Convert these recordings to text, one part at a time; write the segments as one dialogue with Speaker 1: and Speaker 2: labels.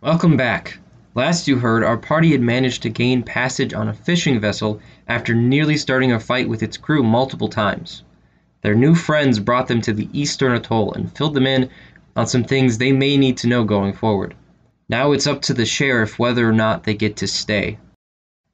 Speaker 1: Welcome back. Last you heard, our party had managed to gain passage on a fishing vessel after nearly starting a fight with its crew multiple times. Their new friends brought them to the eastern atoll and filled them in on some things they may need to know going forward. Now it's up to the sheriff whether or not they get to stay.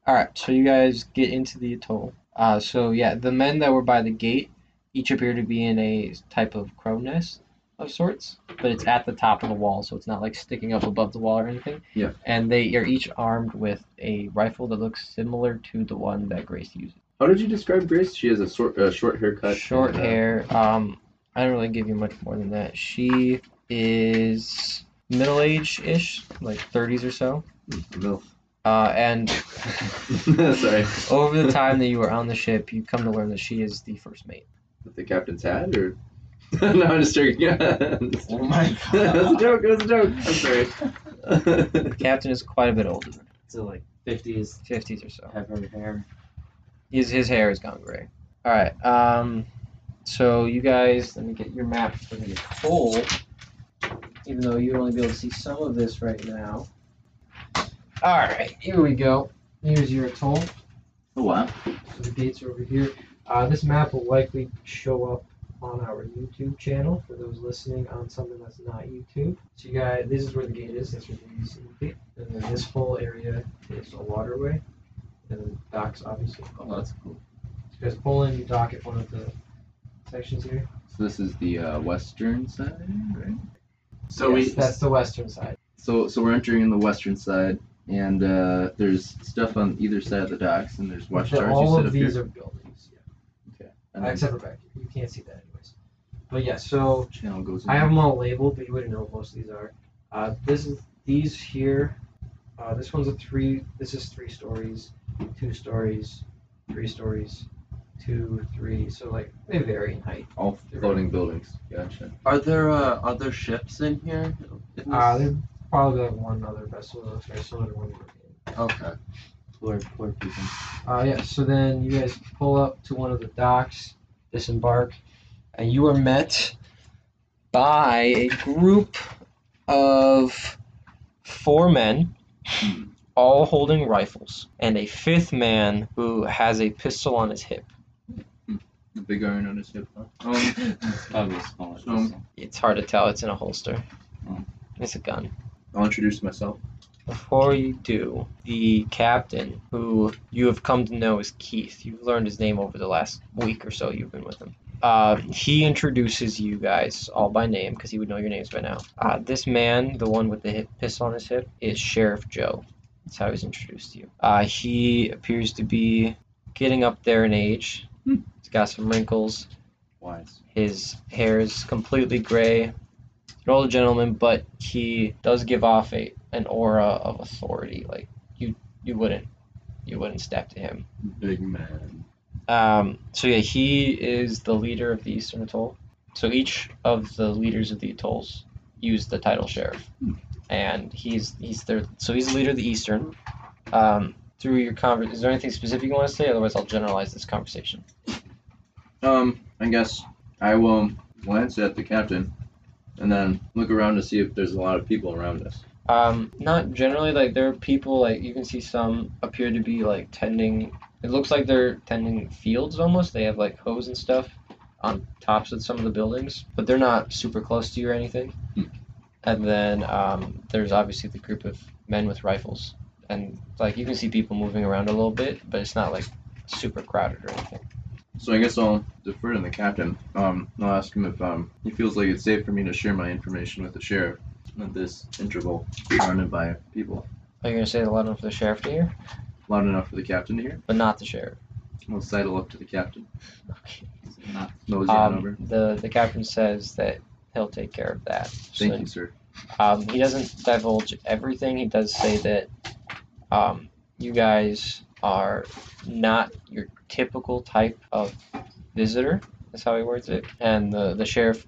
Speaker 2: All right, so you guys get into the atoll. Uh, so yeah, the men that were by the gate each appear to be in a type of crow nest of sorts, but it's at the top of the wall, so it's not like sticking up above the wall or anything.
Speaker 3: Yeah.
Speaker 2: And they are each armed with a rifle that looks similar to the one that Grace uses.
Speaker 3: How did you describe Grace? She has a short, uh, short haircut.
Speaker 2: Short
Speaker 3: and, uh,
Speaker 2: hair. Um, I don't really give you much more than that. She is middle age ish, like 30s or so.
Speaker 3: Milf.
Speaker 2: Uh, and
Speaker 3: Sorry.
Speaker 2: over the time that you were on the ship, you come to learn that she is the first mate.
Speaker 3: With the captain's hat, or no? I'm just joking. That's
Speaker 4: Oh my
Speaker 3: a
Speaker 4: god.
Speaker 3: joke. That's a joke. I'm sorry.
Speaker 2: The captain is quite a bit older,
Speaker 4: so like fifties
Speaker 2: 50s or so.
Speaker 4: have her hair.
Speaker 2: His his hair has gone gray. All right. Um, so you guys, let me get your map for the whole. Even though you'd only be able to see some of this right now. All right. Here we go. Here's your atoll.
Speaker 4: Oh wow.
Speaker 2: So the gates are over here. Uh, this map will likely show up on our YouTube channel for those listening on something that's not YouTube. So you guys, this is where the gate is. That's where the gate is. And then this whole area is a waterway, and then docks obviously.
Speaker 4: Oh that's cool.
Speaker 2: You guys pull in, you dock at one of the sections here.
Speaker 3: so this is the uh, western side, right? So
Speaker 2: Yes,
Speaker 3: we
Speaker 2: that's the western side.
Speaker 3: So so we're entering the western side, and uh, there's stuff on either side of the docks, and there's
Speaker 2: The-
Speaker 3: watchtowers.
Speaker 2: all of
Speaker 3: you said
Speaker 2: these
Speaker 3: up
Speaker 2: are buildings. Yeah.
Speaker 3: here, and then
Speaker 2: Except for back here. You can't see that anyways. But yeah, so
Speaker 3: the channel goes. In
Speaker 2: I have them all labeled, but you wouldn't know what most of these are. Uh, this is these here. Uh, this one's a three. This is three stories, two stories, three stories, two, three. So like they vary in height.
Speaker 3: all floating buildings. Gotcha.
Speaker 4: Are there uh, other ships in here? In
Speaker 2: Uh,
Speaker 4: this-
Speaker 2: there's probably like one other vessel that looks very similar to one. we're in.
Speaker 4: okay. Poor poor people.
Speaker 2: Uh, yeah. So then you guys pull up to one of the docks, disembark, and you are met by a group of four men. all holding rifles, and a fifth man who has a pistol on his hip.
Speaker 3: The big iron on his hip. Huh? Um,
Speaker 4: Probably a smaller
Speaker 3: So-
Speaker 4: vessel.
Speaker 2: It's hard to tell, it's in a holster.
Speaker 3: Hmm.
Speaker 2: It's a gun.
Speaker 3: I'll introduce myself.
Speaker 2: Before you do, the captain, who you have come to know as Keith, you've learned his name over the last week or so you've been with him. Uh, he introduces you guys all by name because he would know your names by now. Uh, this man, the one with the hip, pistol on his hip, is Sheriff Joe. That's how he's introduced to you. Uh, he appears to be getting up there in age.
Speaker 3: Hmm.
Speaker 2: He's got some wrinkles.
Speaker 3: Wise.
Speaker 2: His hair is completely gray. An older gentleman, but he does give off a an aura of authority. Like you, you wouldn't, you wouldn't step to him.
Speaker 3: Big man.
Speaker 2: Um, so yeah, he is the leader of the Eastern Atoll. So each of the leaders of the atolls use the title sheriff,
Speaker 3: Hmm.
Speaker 2: and he's he's their so he's the leader of the Eastern. Um, through your conversation, is there anything specific you want to say? Otherwise, I'll generalize this conversation.
Speaker 3: Um, I guess I will glance at the captain, and then look around to see if there's a lot of people around us.
Speaker 2: Um, not generally. Like there are people like you can see some appear to be like tending. It looks like they're tending fields almost. They have like hose and stuff on tops of some of the buildings, but they're not super close to you or anything.
Speaker 3: Hmm.
Speaker 2: And then um, there's obviously the group of men with rifles, and like you can see people moving around a little bit, but it's not like super crowded or anything.
Speaker 3: So I guess I'll defer to the captain. Um, I'll ask him if um, he feels like it's safe for me to share my information with the sheriff at this interval, surrounded by people.
Speaker 2: Are you gonna say the loud enough for the sheriff to hear,
Speaker 3: Loud enough for the captain to hear.
Speaker 2: but not the sheriff?
Speaker 3: We'll sidle up to the captain.
Speaker 2: Okay.
Speaker 4: Not
Speaker 3: Mosey on
Speaker 2: Um,
Speaker 3: over.
Speaker 2: the the captain says that he'll take care of that.
Speaker 3: Thank
Speaker 2: So
Speaker 3: you, sir.
Speaker 2: Um, he doesn't divulge everything. He does say that um, you guys are not your typical type of visitor. That's how he words it. And the the sheriff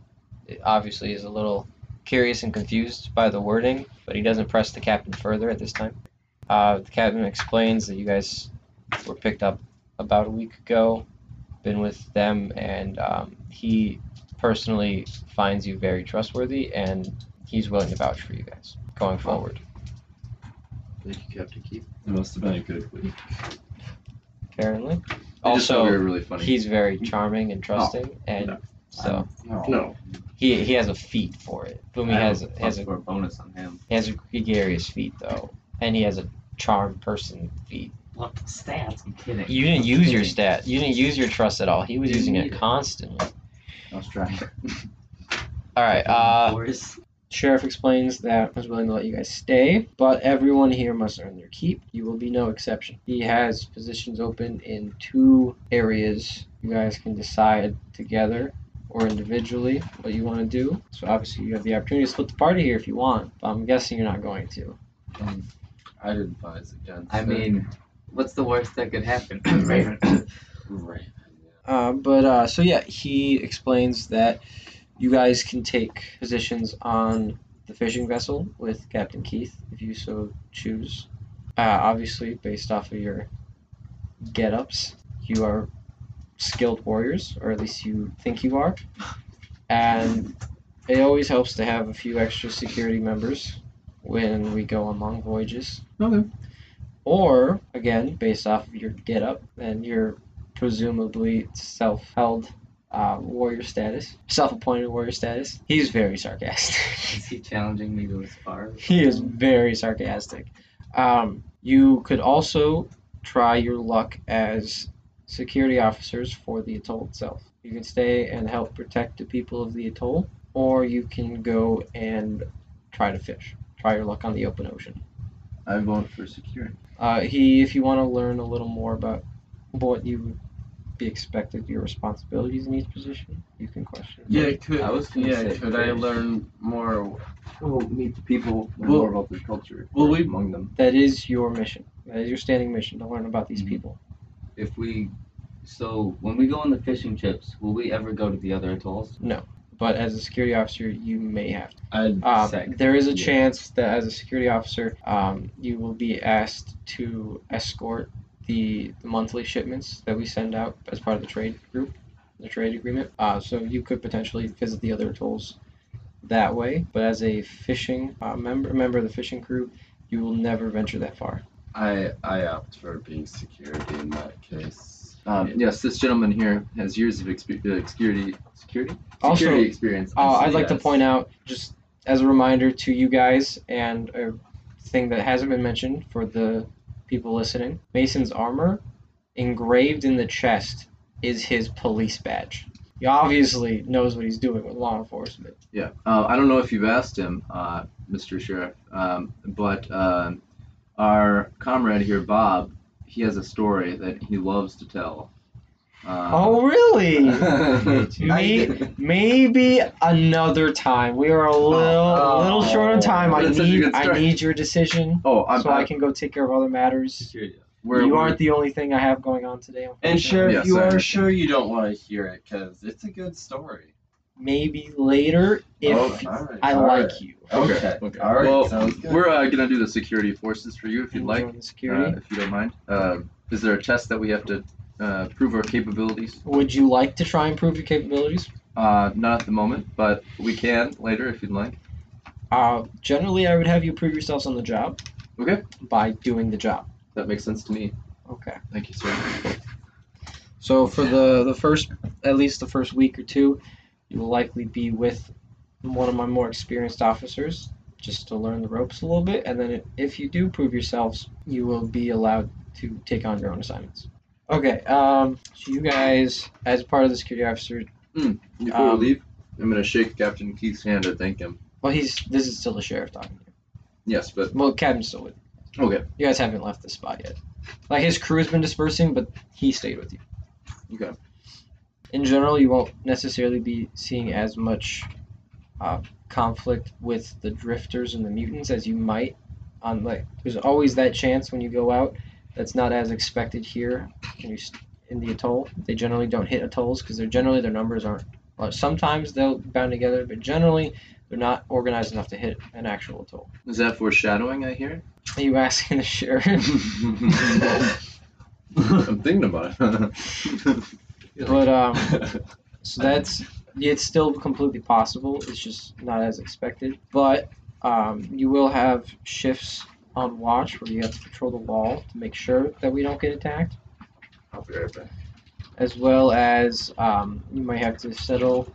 Speaker 2: obviously is a little curious and confused by the wording, but he doesn't press the captain further at this time. Uh, the captain explains that you guys were picked up about a week ago, been with them, and um, he personally finds you very trustworthy and he's willing to vouch for you guys going forward.
Speaker 3: Thank you, Captain Keith.
Speaker 5: It must have been a good week.
Speaker 2: apparently.
Speaker 3: I just thought we
Speaker 2: Also,
Speaker 3: were really funny.
Speaker 2: he's very charming and trusting, and
Speaker 3: no.
Speaker 2: so
Speaker 5: No.
Speaker 3: no,
Speaker 2: he he has a feat for it. Boomy
Speaker 4: I have
Speaker 2: has
Speaker 4: a
Speaker 2: has a
Speaker 4: plus four bonus on him.
Speaker 2: he has a gregarious feat though, and he has a charm person feat.
Speaker 4: What the stats? I'm kidding.
Speaker 2: You didn't use your
Speaker 4: stats.
Speaker 2: stat. You didn't use your trust at all. He was
Speaker 3: Didn't
Speaker 2: using it
Speaker 3: need it.
Speaker 2: constantly.
Speaker 3: I was trying.
Speaker 2: All right. Uh,
Speaker 4: Force.
Speaker 2: Sheriff explains that was willing to let you guys stay, but everyone here must earn their keep. You will be no exception. He has positions open in two areas. You guys can decide together or individually what you want to do. So obviously you have the opportunity to split the party here if you want, but I'm guessing you're not going to.
Speaker 5: I'd advise against
Speaker 4: I
Speaker 5: it.
Speaker 4: mean, what's the worst that could happen?
Speaker 5: Raven. Right.
Speaker 2: Uh, but uh, so yeah, he explains that you guys can take positions on the fishing vessel with Captain Keith if you so choose. Uh, obviously, based off of your get-ups, you are skilled warriors, or at least you think you are. And it always helps to have a few extra security members when we go on long voyages.
Speaker 3: okay.
Speaker 2: Or, again, based off of your get up and your presumably self held uh, warrior status, self appointed warrior status, he's very sarcastic.
Speaker 4: Is he challenging me to a spar?
Speaker 2: he is very sarcastic. Um, you could also try your luck as security officers for the atoll itself. You can stay and help protect the people of the atoll, or you can go and try to fish. Try your luck on the open ocean.
Speaker 3: I vote for security.
Speaker 2: Uh, he, if you want to learn a little more about what you would be expected, your responsibilities in each position, you can question. him.
Speaker 5: Yeah,
Speaker 4: could- I was gonna yeah, say could I fish.
Speaker 5: learn more?
Speaker 3: Well, meet the people, learn
Speaker 5: Well-
Speaker 3: more about their culture.
Speaker 5: well,
Speaker 3: or
Speaker 5: we-
Speaker 3: among them.
Speaker 2: That is your mission. That is your standing mission to learn about these
Speaker 4: Mhm.
Speaker 2: people.
Speaker 4: If we, so when we go on the fishing trips, will we ever go to the other atolls?
Speaker 2: But as a security officer, you may have to.
Speaker 5: I'd
Speaker 2: Um,
Speaker 4: Sick.
Speaker 2: there is a
Speaker 4: Yeah.
Speaker 2: chance that as a security officer, um, you will be asked to escort the, the monthly shipments that we send out as part of the trade group, the trade agreement. Uh, so you could potentially visit the other atolls that way. But as a fishing uh, member, member of the fishing crew, you will never venture that far.
Speaker 5: I I opt for being security in that case.
Speaker 3: Um, yes, this gentleman here has years of expe- uh, security, security,
Speaker 2: Also-
Speaker 3: security experience.
Speaker 2: Uh, I'd
Speaker 5: see,
Speaker 2: like to
Speaker 5: yes.
Speaker 2: point out, just as a reminder to you guys, and a thing that hasn't been mentioned for the people listening Mason's armor, engraved in the chest, is his police badge. He obviously knows what he's doing with law enforcement.
Speaker 3: Yeah, uh, I don't know if you've asked him, uh, Mr. Sheriff, um, but um our comrade here, Bob, he has a story that he loves to tell. Uh,
Speaker 2: Oh, really?
Speaker 4: Me-
Speaker 2: Maybe another time. We are a little, a little short on time. I
Speaker 3: Oh, That's such a
Speaker 2: need,
Speaker 3: good
Speaker 2: I
Speaker 3: story.
Speaker 2: need your decision
Speaker 3: Oh, I'm,
Speaker 2: so I can go take care of other matters.
Speaker 4: Security.
Speaker 3: we're,
Speaker 2: you aren't the only thing I have going on today.
Speaker 5: And
Speaker 2: unfortunately.
Speaker 5: sure,
Speaker 3: Yes,
Speaker 5: you
Speaker 3: I
Speaker 5: are
Speaker 3: understand.
Speaker 5: sure you don't want to hear it because it's a good story.
Speaker 2: maybe later if
Speaker 5: Oh, alright,
Speaker 2: I
Speaker 5: alright.
Speaker 2: like you.
Speaker 5: Okay.
Speaker 3: Okay,
Speaker 5: Okay.
Speaker 3: All right,
Speaker 5: Well,
Speaker 3: well, we're uh, gonna do the security forces for you if you'd
Speaker 2: And
Speaker 3: like,
Speaker 2: join the security.
Speaker 3: uh, if you don't mind. Uh, is there a test that we have to uh, prove our capabilities?
Speaker 2: Would you like to try and prove your capabilities?
Speaker 3: Uh, not at the moment, but we can later if you'd like.
Speaker 2: Uh, generally, I would have you prove yourselves on the job.
Speaker 3: Okay.
Speaker 2: By doing the job.
Speaker 3: That makes sense to me.
Speaker 2: Okay.
Speaker 3: Thank you, sir.
Speaker 2: So for the the first, at least the first week or two, you will likely be with one of my more experienced officers just to learn the ropes a little bit, and then if you do prove yourselves, you will be allowed to take on your own assignments. Okay. Um, so you guys, as part of the security officer,
Speaker 3: Before
Speaker 2: Um,
Speaker 3: we leave, I'm gonna shake Captain Keith's hand and thank him.
Speaker 2: well, he's this is still the sheriff talking.
Speaker 3: Yes, but
Speaker 2: Well, Captain's still with you.
Speaker 3: Okay.
Speaker 2: You guys haven't left the spot yet. Like his crew has been dispersing, but he stayed with you.
Speaker 3: Okay.
Speaker 2: In general, you won't necessarily be seeing as much uh, conflict with the drifters and the mutants as you might on like. There's always that chance when you go out. That's not as expected here. When you st- in the atoll, they generally don't hit atolls because they're generally their numbers aren't. well, Sometimes they'll bound together, but generally they're not organized enough to hit an actual atoll.
Speaker 3: is that foreshadowing I hear?
Speaker 2: Are you asking the sheriff?
Speaker 3: I'm thinking about it.
Speaker 2: But um, so that's it's still completely possible. It's just not as expected. But um, you will have shifts on watch where you have to patrol the wall to make sure that we don't get attacked,
Speaker 5: I'll be right back.
Speaker 2: as well as um, you might have to settle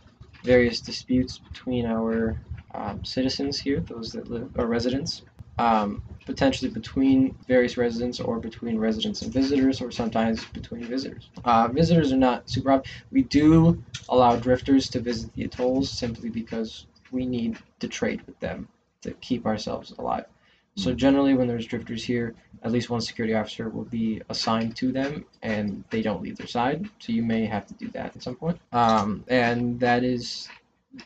Speaker 2: various disputes between our um, citizens here, those that live, or residents, um, potentially between various residents or between residents and visitors, or sometimes between visitors. Uh, visitors are not super ob- We do allow drifters to visit the atolls simply because we need to trade with them to keep ourselves alive. So generally, when there's drifters here, at least one security officer will be assigned to them, and they don't leave their side. So you may have to do that at some point. Um, and that is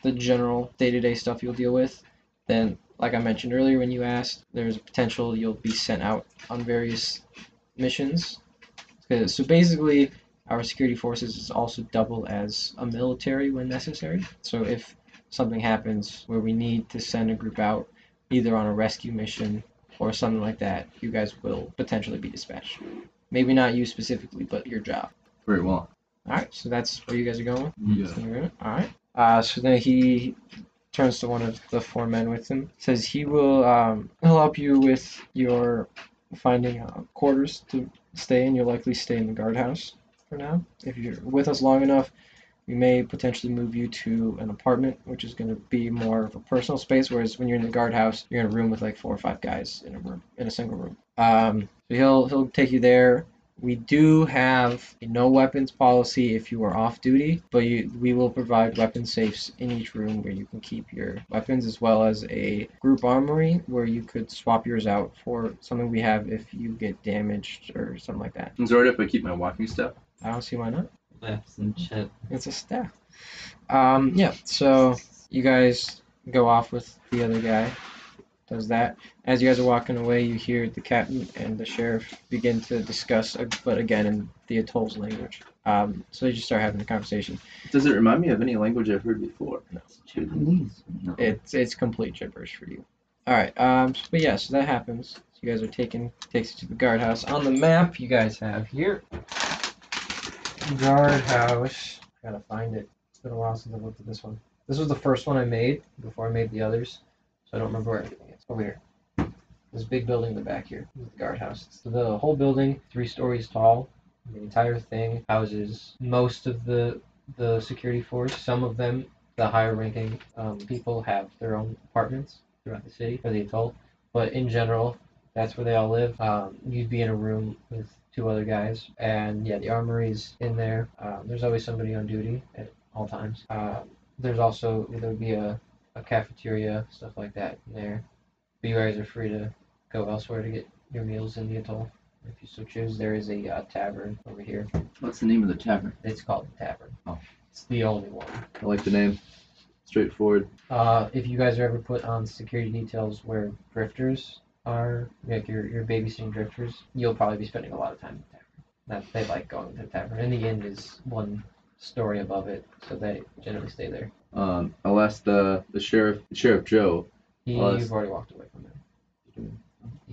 Speaker 2: the general day-to-day stuff you'll deal with. Then, like I mentioned earlier, when you asked, there's a potential you'll be sent out on various missions. 'Cause- So basically, our security forces is also double as a military when necessary. So if something happens where we need to send a group out, either on a rescue mission or something like that, you guys will potentially be dispatched. Maybe not you specifically, but your job.
Speaker 3: Very well.
Speaker 2: All right, so that's where you guys are going. with?
Speaker 3: Yeah.
Speaker 2: All right. All right. Uh, so then he turns to one of the four men with him. Says he will um, he'll help you with your finding uh, quarters to stay in. You'll likely stay in the guardhouse for now. If you're with us long enough, we may potentially move you to an apartment, which is going to be more of a personal space. Whereas when you're in the guardhouse, you're in a room with like four or five guys in a room in a single room. Um, so he'll he'll take you there. We do have a no weapons policy if you are off duty, but you, we will provide weapon safes in each room where you can keep your weapons, as well as a group armory where you could swap yours out for something we have if you get damaged or something like that.
Speaker 3: Is it alright if I keep my walking step?
Speaker 2: I don't see why not.
Speaker 4: Laughs and shit.
Speaker 2: It's a staff. Um, yeah, so you guys go off with the other guy. Does that. As you guys are walking away, you hear the captain and the sheriff begin to discuss, uh, but again in the Atoll's language. Um, so they just start having a conversation.
Speaker 3: Does it remind me of any language I've heard before?
Speaker 4: It's Japanese. No.
Speaker 2: It's it's complete gibberish for you. All right. Um. s- But yeah. So that happens. So you guys are taken. Takes you to the guardhouse. On the map, you guys have here. Guardhouse. Gotta find it. It's been a while since I've looked at this one. This was the first one I made before I made the others, so I don't remember where everything is. Over here. This big building in the back here. This is the guardhouse. It's the whole building, three stories tall. The entire thing houses most of the the security force. Some of them the higher ranking um, people have their own apartments throughout the city for the adult. But in general, that's where they all live. Um, you'd be in a room with two other guys. And yeah, the armory's in there. Um, there's always somebody on duty at all times. Um, there's also, there would be a, a cafeteria, stuff like that in there. But you guys are free to go elsewhere to get your meals in the atoll. If you so choose, there is a uh, tavern over here.
Speaker 3: What's the name of the tavern?
Speaker 2: It's called the Tavern.
Speaker 3: Oh.
Speaker 2: It's the only one.
Speaker 3: I like the name. Straightforward.
Speaker 2: Uh, if you guys are ever put on security details where drifters are, like you're, you're babysitting drifters, you'll probably be spending a lot of time in the tavern. That, they like going to the tavern. And the inn is one story above it, so they generally stay there.
Speaker 3: Um, I'll ask the, the sheriff, Sheriff Joe.
Speaker 2: He,
Speaker 3: Well, that's-
Speaker 2: you've already walked away from him.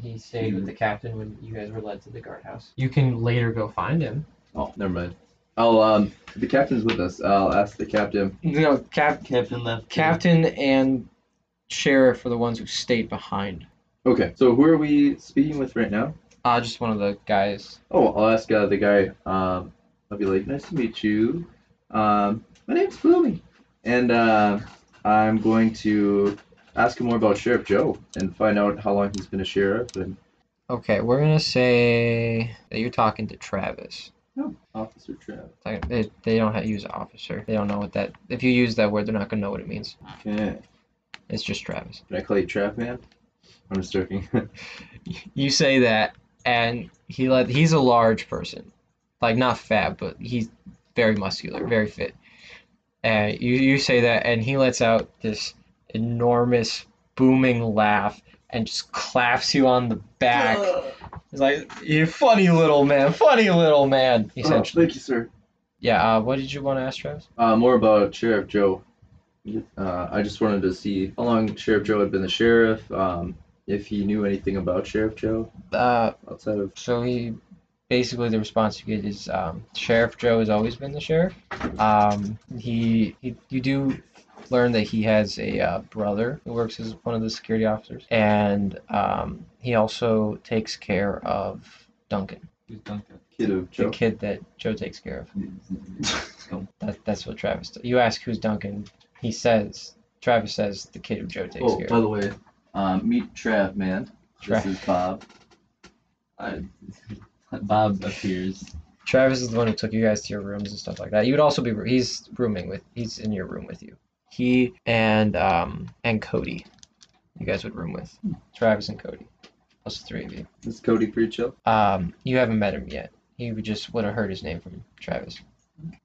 Speaker 2: He stayed with the captain when you guys were led to the guardhouse. You can later go find him.
Speaker 3: Oh, never mind. I'll um, the captain's with us. I'll ask the captain.
Speaker 2: No, cap,
Speaker 4: Captain left.
Speaker 2: captain and sheriff are the ones who stayed behind.
Speaker 3: Okay, so who are we speaking with right now?
Speaker 2: Uh, just one of the guys
Speaker 3: Oh, I'll ask uh, the guy. Um, I'll be like, nice to meet you. Um, my name's Fumi, and uh, I'm going to ask him more about Sheriff Joe and find out how long he's been a sheriff. And
Speaker 2: Okay, we're gonna say that you're talking to Travis.
Speaker 3: Officer Trav.
Speaker 2: Like, They, they don't have, use officer. They don't know what that. If you use that word, they're not gonna know what it means.
Speaker 3: Okay,
Speaker 2: It's just Travis.
Speaker 3: can I call you Trap Man? I'm just joking.
Speaker 2: You say that, and he like he's a large person, like not fat, but he's very muscular, very fit. And you you say that, and he lets out this enormous booming laugh and just claps you on the back. He's like, "You funny little man, funny little man."
Speaker 3: oh,
Speaker 2: Essentially.
Speaker 3: thank you, sir.
Speaker 2: Yeah, uh, what did you want to ask, Travis?
Speaker 3: Uh, more about Sheriff Joe. Uh, I just wanted to see how long Sheriff Joe had been the sheriff, um, if he knew anything about Sheriff Joe
Speaker 2: Uh,
Speaker 3: outside of.
Speaker 2: so he basically the response you get is um, Sheriff Joe has always been the sheriff. Um, he, he you do learn that he has a uh, brother who works as one of the security officers, and um, he also takes care of Duncan,
Speaker 4: Who's Duncan?
Speaker 3: Kid of
Speaker 2: the
Speaker 3: Joe.
Speaker 2: kid that Joe takes care of. That, that's what Travis. Does. You ask who's Duncan, he says Travis says the kid who Joe takes
Speaker 3: Oh,
Speaker 2: care
Speaker 3: by
Speaker 2: of.
Speaker 3: the way, um, meet Trav, man.
Speaker 2: Trav.
Speaker 3: This is Bob.
Speaker 4: I- Bob appears.
Speaker 2: Travis is the one who took you guys to your rooms and stuff like that. You would also be he's rooming with he's in your room with you. He and um and Cody, you guys would room with Travis and Cody, plus the three of you.
Speaker 3: This is Cody Preachill.
Speaker 2: Um, you haven't met him yet. You would just would have heard his name from Travis.
Speaker 3: So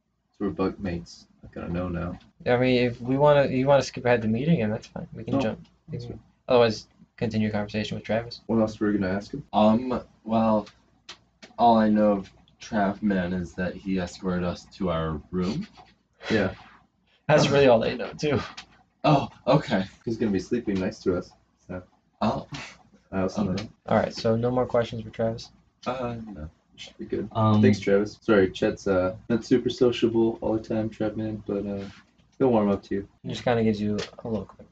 Speaker 3: we're bug mates. I kind of know now.
Speaker 2: I mean, if we want to, you want to skip ahead to meeting him, that's fine. We can
Speaker 3: No,
Speaker 2: jump.
Speaker 3: that's
Speaker 2: Otherwise, continue your conversation with Travis.
Speaker 3: What else were we gonna ask him?
Speaker 5: Um, well, all I know of Travman is that he escorted us to our room.
Speaker 3: Yeah,
Speaker 2: That's really all they know too.
Speaker 5: Oh, okay.
Speaker 3: he's gonna be sleeping next to us. So
Speaker 5: Oh,
Speaker 3: I also know.
Speaker 2: All right, so no more questions for Travis.
Speaker 5: uh, no.
Speaker 3: Should be good.
Speaker 4: Um,
Speaker 3: Thanks, Travis. Sorry, Chet's uh not super sociable all the time, Trav man, but uh he'll warm up to you.
Speaker 2: He just kind of gives you a look. like,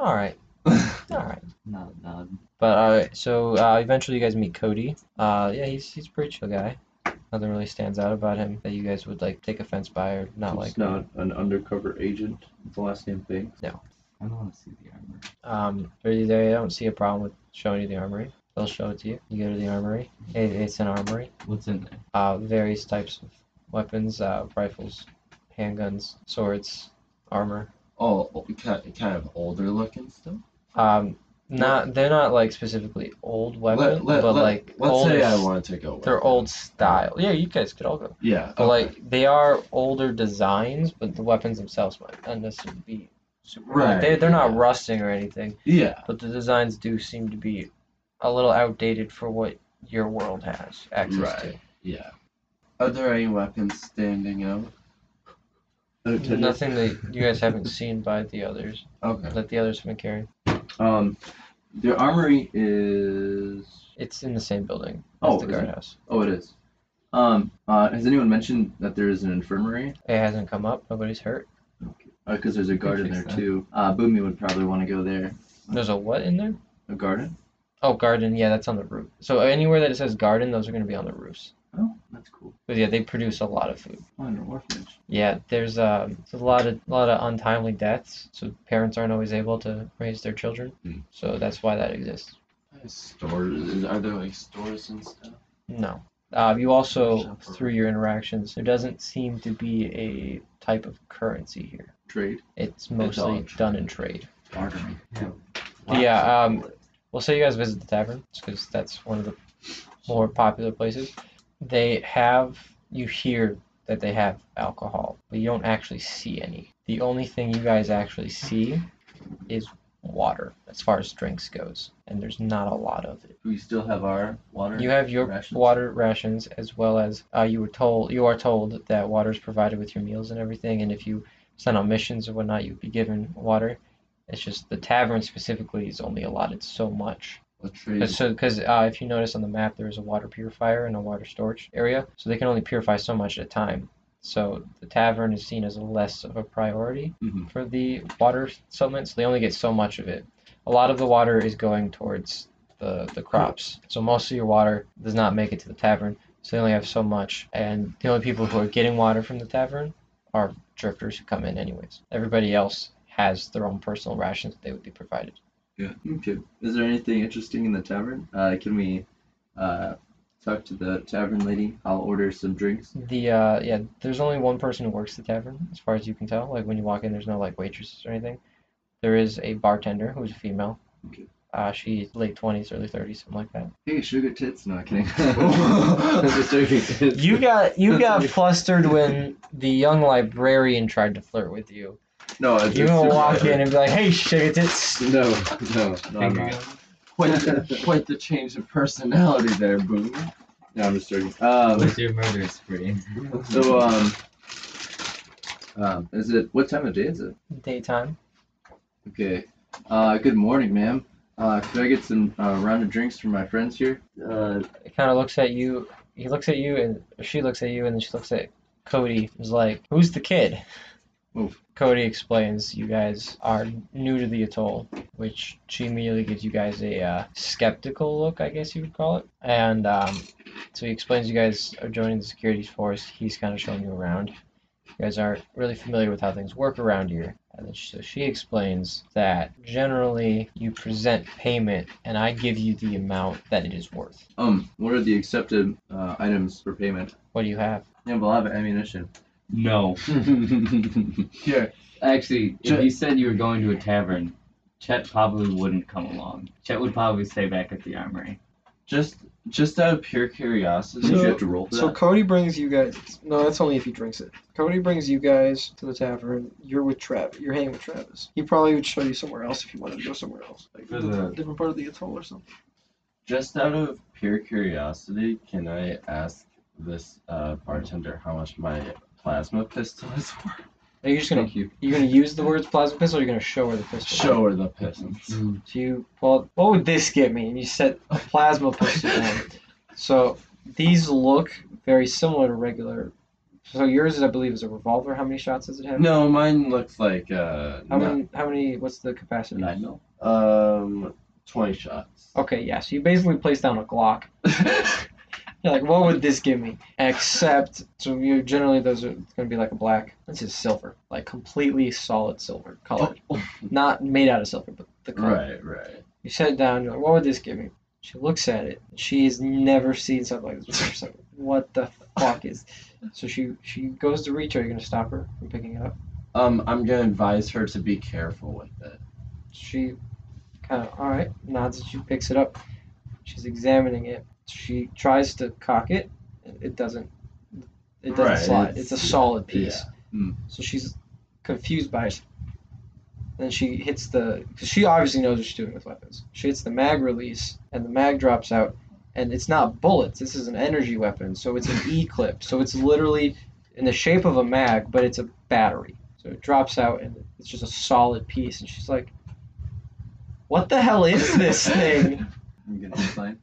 Speaker 2: All right, all right.
Speaker 4: Nod, nod.
Speaker 2: But all right, so uh, eventually you guys meet Cody. Uh, yeah, he's he's a pretty chill guy. Nothing really stands out about him that you guys would like take offense by or not like.
Speaker 3: He's not an undercover agent. It's the last name thing.
Speaker 4: I don't want to see the armor.
Speaker 2: Um, they they don't see a problem with showing you the armory. They'll show it to you. You go to the armory. It, it's an armory.
Speaker 4: What's in there?
Speaker 2: Uh, various types of weapons, uh, rifles, handguns, swords, armor.
Speaker 5: Oh, o- ki- kind of older looking still.
Speaker 2: Um, not they're not like specifically old weapons, but like
Speaker 5: let's
Speaker 2: old.
Speaker 5: say I wanted to go. With
Speaker 2: They're
Speaker 5: him.
Speaker 2: old style. Yeah, you guys could all go.
Speaker 5: Yeah.
Speaker 2: But like they are older designs, but the weapons themselves might not necessarily be super. Like,
Speaker 5: Right,
Speaker 2: they they're not
Speaker 5: yeah.
Speaker 2: rusting or anything,
Speaker 5: Yeah.
Speaker 2: but the designs do seem to be a little outdated for what your world has access
Speaker 5: Right. Yeah. Are there any weapons standing out?
Speaker 2: to. Nothing that you guys haven't seen by the others
Speaker 5: Okay.
Speaker 2: that the others have been carrying.
Speaker 3: Um, their armory is.
Speaker 2: It's in the same building as
Speaker 3: Oh,
Speaker 2: the
Speaker 3: is it?
Speaker 2: guardhouse.
Speaker 3: Oh, it is. Um, uh, has anyone mentioned that there is an infirmary?
Speaker 2: It hasn't come up. Nobody's hurt.
Speaker 3: Because there's a garden
Speaker 4: fix
Speaker 3: there
Speaker 4: that.
Speaker 3: too. Uh, Boomy would probably want to go there.
Speaker 2: There's a what in there?
Speaker 3: A garden?
Speaker 2: Oh, garden. Yeah, that's on the roof. So anywhere that it says garden, those are going to be on the roofs.
Speaker 3: Oh, that's cool.
Speaker 2: But yeah, they produce a lot of food.
Speaker 3: Oh, an orphanage.
Speaker 2: Yeah, there's um, there's a lot of lot of untimely deaths, so parents aren't always able to raise their children.
Speaker 5: Mm.
Speaker 2: So that's why that exists.
Speaker 5: Stores? Are there like stores and stuff?
Speaker 2: No. Uh, you also,
Speaker 5: Shopper.
Speaker 2: through your interactions, there doesn't seem to be a type of currency here.
Speaker 3: Trade.
Speaker 2: It's mostly
Speaker 5: trade.
Speaker 2: done in trade.
Speaker 3: Bartering.
Speaker 2: Yeah, um, We'll say you guys visit the tavern, because that's one of the more popular places. They have, you hear that they have alcohol, but you don't actually see any. The only thing you guys actually see is water, as far as drinks goes, and there's not a lot of it.
Speaker 3: Do we still have our water?
Speaker 2: You have your
Speaker 3: Rations.
Speaker 2: water rations, as well as uh, you were told you are told that water is provided with your meals and everything, and if you send on missions or whatnot, you'd be given water. It's just the tavern specifically is only allotted so much.
Speaker 5: A
Speaker 2: Cause,
Speaker 5: trade.
Speaker 2: so, because uh, if you notice on the map, there is a water purifier and a water storage area, so they can only purify so much at a time. So the tavern is seen as less of a priority
Speaker 5: Mhm.
Speaker 2: for the water supplement, so they only get so much of it. A lot of the water is going towards the, the crops, so most of your water does not make it to the tavern, so they only have so much. And the only people who are getting water from the tavern are drifters who come in anyways. Everybody else has their own personal rations that they would be provided.
Speaker 3: Okay. Is there anything interesting in the tavern? Uh, can we uh, talk to the tavern lady? I'll order some drinks.
Speaker 2: The uh yeah, there's only one person who works the tavern, as far as you can tell. Like when you walk in, there's no like waitresses or anything. There is a bartender who's a female.
Speaker 3: Okay.
Speaker 2: Uh, she's late twenties, early thirties, something like that.
Speaker 3: Hey, sugar tits. No, kidding. I'm just joking.
Speaker 2: You got you got
Speaker 3: got
Speaker 2: flustered when the young librarian tried to flirt with you.
Speaker 3: No, it's
Speaker 2: You
Speaker 3: it's
Speaker 2: gonna
Speaker 3: super
Speaker 2: walk
Speaker 3: bad.
Speaker 2: in and be like, "Hey, sugar tits."
Speaker 3: No, no, no, I'm not.
Speaker 5: Quite the, quite the change of personality there, Boom.
Speaker 3: No, I'm just joking. Um,
Speaker 4: What's your murder spree?
Speaker 5: uh,
Speaker 3: so, um, um, is it what time of day is it?
Speaker 2: Daytime.
Speaker 3: Okay. Uh, good morning, ma'am. Uh, could I get some uh, round of drinks from my friends here?
Speaker 4: Uh,
Speaker 2: It kind of looks at you. He looks at you, and she looks at you, and then she looks at Cody. Is like, "Who's the kid?"
Speaker 3: move.
Speaker 2: Cody explains you guys are new to the atoll, which she immediately gives you guys a uh, skeptical look, I guess you would call it. And um, so he explains you guys are joining the security force. He's kind of showing you around. You guys aren't really familiar with how things work around here. And then so she explains that generally you present payment and I give you the amount that it is worth.
Speaker 3: Um, what are the accepted uh, items for payment?
Speaker 2: What do you have?
Speaker 3: Yeah, well, I have ammunition.
Speaker 4: No.
Speaker 3: Here.
Speaker 4: Actually, if
Speaker 3: Chet-
Speaker 4: you said you were going to a tavern, Chet probably wouldn't come along. Chet would probably stay back at the armory.
Speaker 5: Just just out of pure curiosity.
Speaker 3: Did you
Speaker 6: So-
Speaker 3: have to roll for
Speaker 6: So
Speaker 3: that?
Speaker 6: Cody brings you guys. No, that's only if he drinks it. Cody brings you guys to the tavern. You're with Travis. You're hanging with Travis. He probably would show you somewhere else if you wanted to go somewhere else, like
Speaker 4: For the-
Speaker 6: a different part of the atoll or something.
Speaker 5: Just out of pure curiosity, can I ask this uh, bartender how much my plasma pistol is worth?
Speaker 2: Are you just gonna
Speaker 5: you.
Speaker 2: you gonna use the words plasma pistol? Or you're gonna show her the pistol.
Speaker 5: Show her the pistol.
Speaker 2: Do you well? What would this get me? And you said a plasma pistol. so these look very similar to regular. So yours, is, I believe, is a revolver. How many shots does it have?
Speaker 5: No, mine looks like uh,
Speaker 2: How
Speaker 5: not-
Speaker 2: many? How many? What's the capacity?
Speaker 5: nine mil. Um, twenty shots.
Speaker 2: Okay, yeah. So you basically place down a Glock. You're like, what would this give me? Except, so you generally those are going to be like a black. This is silver, like completely solid silver color, not made out of silver, but the color.
Speaker 5: right, right.
Speaker 2: You set it down. You're like, what would this give me? She looks at it. She has never seen something like this before. She's like, what the fuck is? So she she goes to reach. Are you gonna stop her from picking it up?
Speaker 5: Um, I'm gonna advise her to be careful with it.
Speaker 2: She kind of all right nods. and She picks it up. She's examining it. She tries to cock it. It doesn't. It doesn't
Speaker 5: Right,
Speaker 2: slide.
Speaker 5: it's-
Speaker 2: It's, a solid piece.
Speaker 3: yeah. Mm.
Speaker 2: So she's confused by it. Then she hits the. Cause she obviously knows what she's doing with weapons. She hits the mag release, and the mag drops out. And it's not bullets. This is an energy weapon. So it's an E clip. So it's literally in the shape of a mag, but it's a battery. So it drops out, and it's just a solid piece. And she's like, "What the hell is this thing?"
Speaker 3: I'm gonna explain.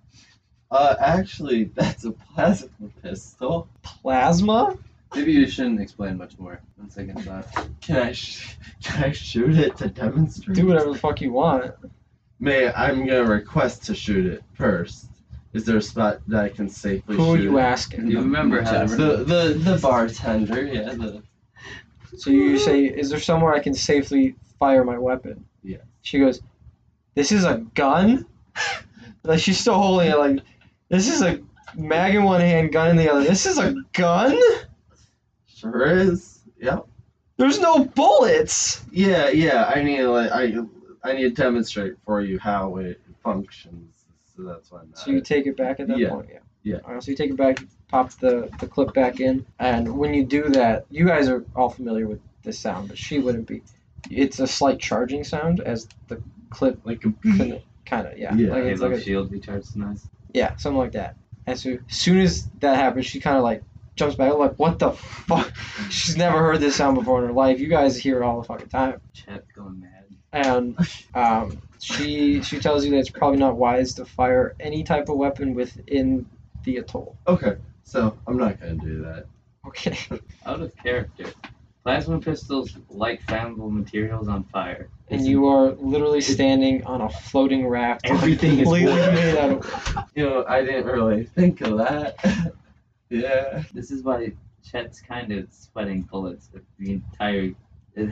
Speaker 5: Uh, actually, that's a plasma pistol.
Speaker 2: plasma?
Speaker 3: Maybe you shouldn't explain much more. One second thought.
Speaker 5: Can I sh- can I shoot it to demonstrate?
Speaker 2: Do whatever the fuck you want.
Speaker 5: May I'm gonna request to shoot it first. Is there a spot that I can safely
Speaker 2: Who are
Speaker 5: shoot
Speaker 2: you
Speaker 5: it?
Speaker 4: Do
Speaker 2: asking?
Speaker 4: you remember how?
Speaker 5: The the the bartender, yeah. The,
Speaker 2: So you say, "Is there somewhere I can safely fire my weapon?"
Speaker 5: Yeah.
Speaker 2: She goes, "This is a gun." like she's still holding it. Like this is a mag in one hand, gun in the other. This is a gun.
Speaker 5: sure is. Yep.
Speaker 2: There's no bullets.
Speaker 5: Yeah, yeah. I need to like I I need to demonstrate for you how it functions. So that's why I'm
Speaker 2: So you take it back at that
Speaker 5: Yeah.
Speaker 2: point, yeah.
Speaker 5: Yeah.
Speaker 2: All right, so you take it back, pop the, the clip back in, and when you do that, you guys are all familiar with this sound, but she wouldn't be. It's a slight charging sound as the clip
Speaker 5: like a
Speaker 2: Mm-hmm. kind of yeah,
Speaker 5: Yeah,
Speaker 2: like it's
Speaker 4: Halo
Speaker 2: like a,
Speaker 4: shield recharges nice.
Speaker 2: yeah something like that. And so as soon as that happens, she kind of like jumps back like what the fuck? She's never heard this sound before in her life. You guys hear it all the fucking time
Speaker 4: Chet going mad.
Speaker 2: and um, she she tells you that it's probably not wise to fire any type of weapon within the atoll.
Speaker 5: Okay, so I'm not gonna do that.
Speaker 2: Okay.
Speaker 4: Out of character. Plasma pistols light flammable materials on fire.
Speaker 2: And you are literally standing on a floating raft.
Speaker 4: Everything is
Speaker 2: completely
Speaker 4: wood.
Speaker 2: made out of.
Speaker 5: You know, I didn't really think of that. yeah.
Speaker 4: This is why Chet's kind of sweating bullets with the entire,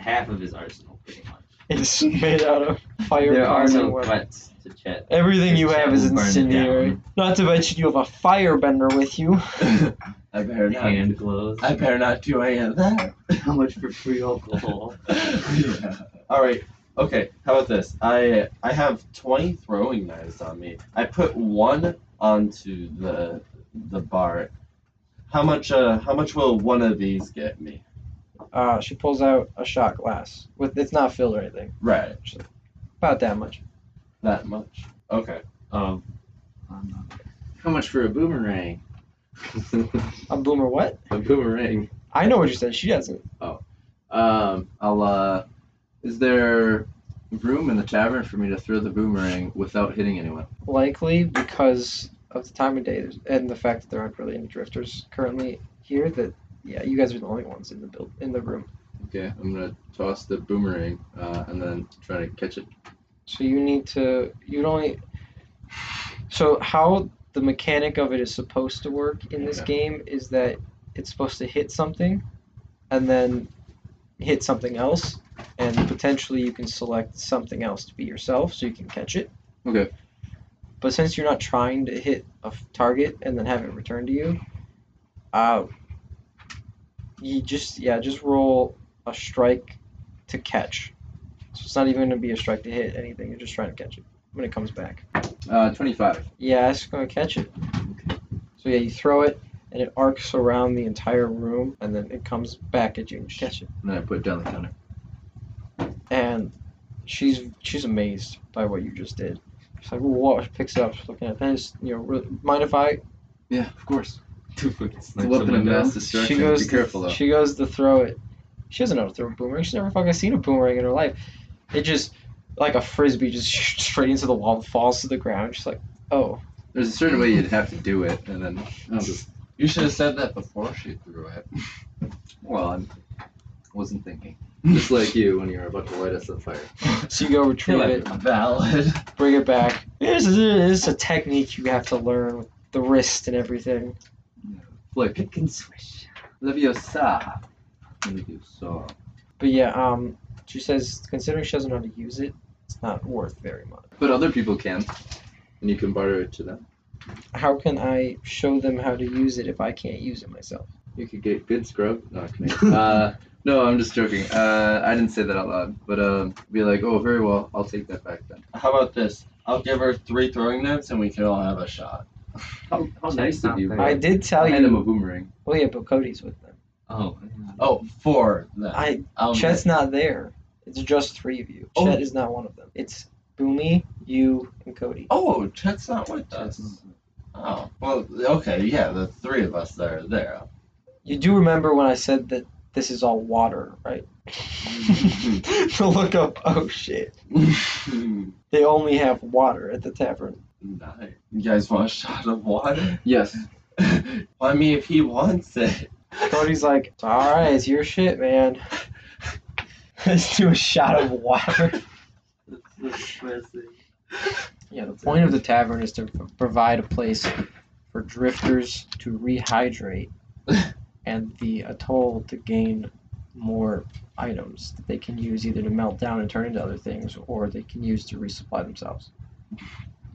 Speaker 4: half of his arsenal, pretty much.
Speaker 2: It's made out of fire.
Speaker 4: There are
Speaker 2: burning
Speaker 4: no
Speaker 2: weapon.
Speaker 4: threats to Chet.
Speaker 2: Everything you
Speaker 4: Chet
Speaker 2: have is
Speaker 4: will burn
Speaker 2: incendiary.
Speaker 4: down.
Speaker 2: Not to mention you have a firebender with you.
Speaker 5: I better not.
Speaker 4: Hand gloves.
Speaker 5: I better not do any of that.
Speaker 4: How much for free alcohol?
Speaker 5: yeah. All right. Okay. How about this? I I have twenty throwing knives on me. I put one onto the the bar. How much? Uh, how much will one of these get me?
Speaker 2: Uh, she pulls out a shot glass with it's not filled or anything.
Speaker 5: Right.
Speaker 2: About that much.
Speaker 5: That much. Okay.
Speaker 4: Um, I'm not-
Speaker 3: How much for a boomerang?
Speaker 2: A boomer what?
Speaker 3: a boomerang.
Speaker 2: I know what you said. She doesn't.
Speaker 3: Um, I'll. Uh, is there room in the tavern for me to throw the boomerang without hitting anyone?
Speaker 2: likely because of the time of day and the fact that there aren't really any drifters currently here that yeah you guys are the only ones in the build in the room
Speaker 3: Okay, I'm gonna toss the boomerang uh, and then try to catch it.
Speaker 2: So you need to you'd only so how the mechanic of it is supposed to work in this
Speaker 3: Yeah.
Speaker 2: game is that it's supposed to hit something and then hit something else and potentially you can select something else to be yourself so you can catch it.
Speaker 3: Okay.
Speaker 2: But since you're not trying to hit a f- target and then have it return to you, uh you just yeah, just roll a strike to catch. So it's not even going to be a strike to hit anything. You're just trying to catch it when it comes back.
Speaker 3: Uh, 25.
Speaker 2: Yeah, it's going to catch it. So yeah, you throw it, and it arcs around the entire room, and then it comes back at you and you catch it.
Speaker 3: And then I put down the counter.
Speaker 2: And she's she's amazed by what you just did. She's like, "Whoa!" She picks it up, she's looking at this. You know, really, mind if I?
Speaker 3: Yeah, of course.
Speaker 4: Two fucking
Speaker 3: It's a
Speaker 4: snipes
Speaker 3: weapon of
Speaker 4: someone down.
Speaker 3: mass destruction.
Speaker 2: She goes.
Speaker 3: Be
Speaker 2: to-
Speaker 3: careful though.
Speaker 2: She goes to throw it. She doesn't know how to throw a boomerang. She's never fucking seen a boomerang in her life. It just like a frisbee just shoots straight into the wall, and falls to the ground. She's like, "Oh."
Speaker 3: There's a certain way you'd have to do it, and then I'll just.
Speaker 5: You should have said that before she threw it.
Speaker 3: Well, I'm, I wasn't thinking. Just like you when you were about to light us on fire.
Speaker 2: So you go retrieve
Speaker 4: Yeah,
Speaker 2: it.
Speaker 5: Valid.
Speaker 2: bring it back. This is, this is a technique you have to learn with the wrist and everything.
Speaker 3: Flick.
Speaker 4: Pick and swish.
Speaker 3: Leviosa. Leviosa.
Speaker 2: But yeah, um, she says considering she doesn't know how to use it, it's not worth very much.
Speaker 3: But other people can, and you can barter it to them.
Speaker 2: How can I show them how to use it if I can't use it myself?
Speaker 3: You could get good scrub. No, can I- uh, no, I'm just joking. Uh, I didn't say that out loud, but um, be like, oh, very well, I'll take that back then.
Speaker 5: How about this? I'll give her three throwing knives and we can all have a shot.
Speaker 3: How, how nice of you.
Speaker 4: something.
Speaker 2: I did tell
Speaker 3: hand him
Speaker 2: you.
Speaker 3: a boomerang.
Speaker 2: Oh yeah, but Cody's with them.
Speaker 4: Oh, yeah.
Speaker 5: Oh, four. Then.
Speaker 2: I
Speaker 5: I'll
Speaker 2: Chet's not there. It's just three of you.
Speaker 5: Oh.
Speaker 2: Chet is not one of them. It's Boomy, you, and Cody.
Speaker 5: Oh, Chet's not with us. Oh, well, okay, yeah, the three of us that are there.
Speaker 2: You do remember when I said that this is all water, right? to look up. Oh shit.
Speaker 5: nice.
Speaker 2: They only have water at the tavern.
Speaker 5: You guys want a shot of water?
Speaker 3: Yes.
Speaker 5: well, I mean, if he wants it.
Speaker 2: Cody's like, all right, it's your shit, man. Let's do a shot of water. Yeah, the point of the tavern is to provide a place for drifters to rehydrate and the atoll to gain more items that they can use either to melt down and turn into other things or they can use to resupply themselves.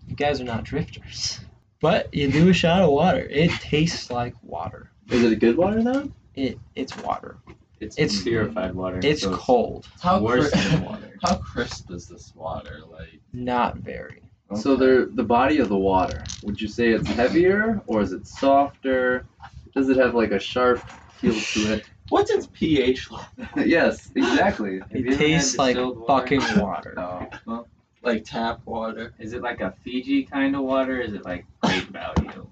Speaker 2: You guys are not drifters. But you do a shot of water. It tastes like water.
Speaker 3: Is it a good water though?
Speaker 2: It it's water.
Speaker 4: It's,
Speaker 2: It's-
Speaker 4: purified water.
Speaker 2: It's
Speaker 4: so
Speaker 2: cold.
Speaker 5: How,
Speaker 4: worse
Speaker 5: cri-
Speaker 4: than water.
Speaker 5: how crisp is this water? Like,
Speaker 2: Not very.
Speaker 3: So they're the body of the water. Would you say it's heavier or is it softer? Does it have like a sharp feel to it?
Speaker 5: What's its pH level?
Speaker 3: yes, exactly.
Speaker 4: Have you
Speaker 2: it
Speaker 4: ever had
Speaker 2: tastes like
Speaker 4: distilled water?
Speaker 2: fucking water.
Speaker 3: Oh.
Speaker 5: Like tap water?
Speaker 4: Is it like a Fiji kind of water? Is it like great value?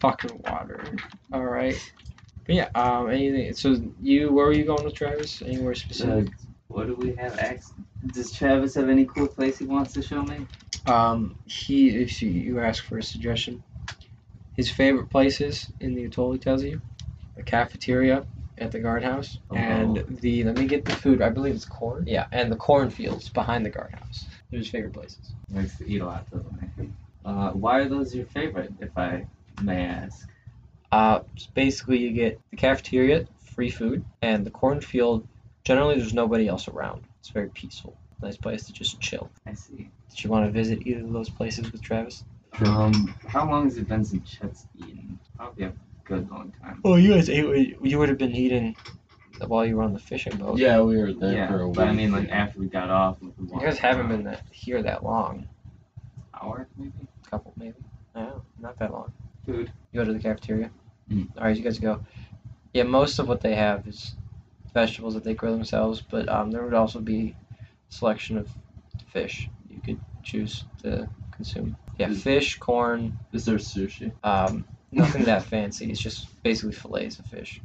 Speaker 2: fucking water. All right. But yeah. Um. Anything. So you. Where were you going with Travis? Anywhere specific?
Speaker 4: What do we have? Ex- Does Travis have any cool place he wants to show me?
Speaker 2: Um. He. If you, you ask for a suggestion, his favorite places in the atoll. He tells you, the cafeteria at the guardhouse and the. Let me get the food. I believe it's corn. Oh. Yeah. And the cornfields behind the guardhouse. They're his favorite places.
Speaker 4: He likes to eat a lot, doesn't he? Uh, why are those your favorite, if I may ask?
Speaker 2: Uh, s- basically, you get the cafeteria, free food, and the cornfield. Generally, there's nobody else around. It's very peaceful. Nice place to just chill.
Speaker 4: I see.
Speaker 2: Did you want to visit either of those places with Travis?
Speaker 4: Um, how long has it been since Chet's eaten? Probably a good long time.
Speaker 2: Oh, you guys ate. You would have been eating while you were on the fishing boat.
Speaker 5: Yeah, we were there
Speaker 4: Yeah,
Speaker 5: for a week.
Speaker 4: but I mean, like after we got off, like, we
Speaker 2: You
Speaker 4: walked
Speaker 2: guys haven't been
Speaker 4: around
Speaker 2: that, here that long.
Speaker 4: an hour maybe.
Speaker 2: Couple maybe. No, not that long.
Speaker 4: Food.
Speaker 2: You go to the cafeteria.
Speaker 4: Mm.
Speaker 2: All right, you guys go. Yeah, most of what they have is vegetables that they grow themselves, but um, there would also be selection of fish you could choose to consume. Yeah,
Speaker 3: Is-
Speaker 2: fish, corn,
Speaker 3: Is there sushi?
Speaker 2: um, nothing that fancy. It's just basically fillets of fish.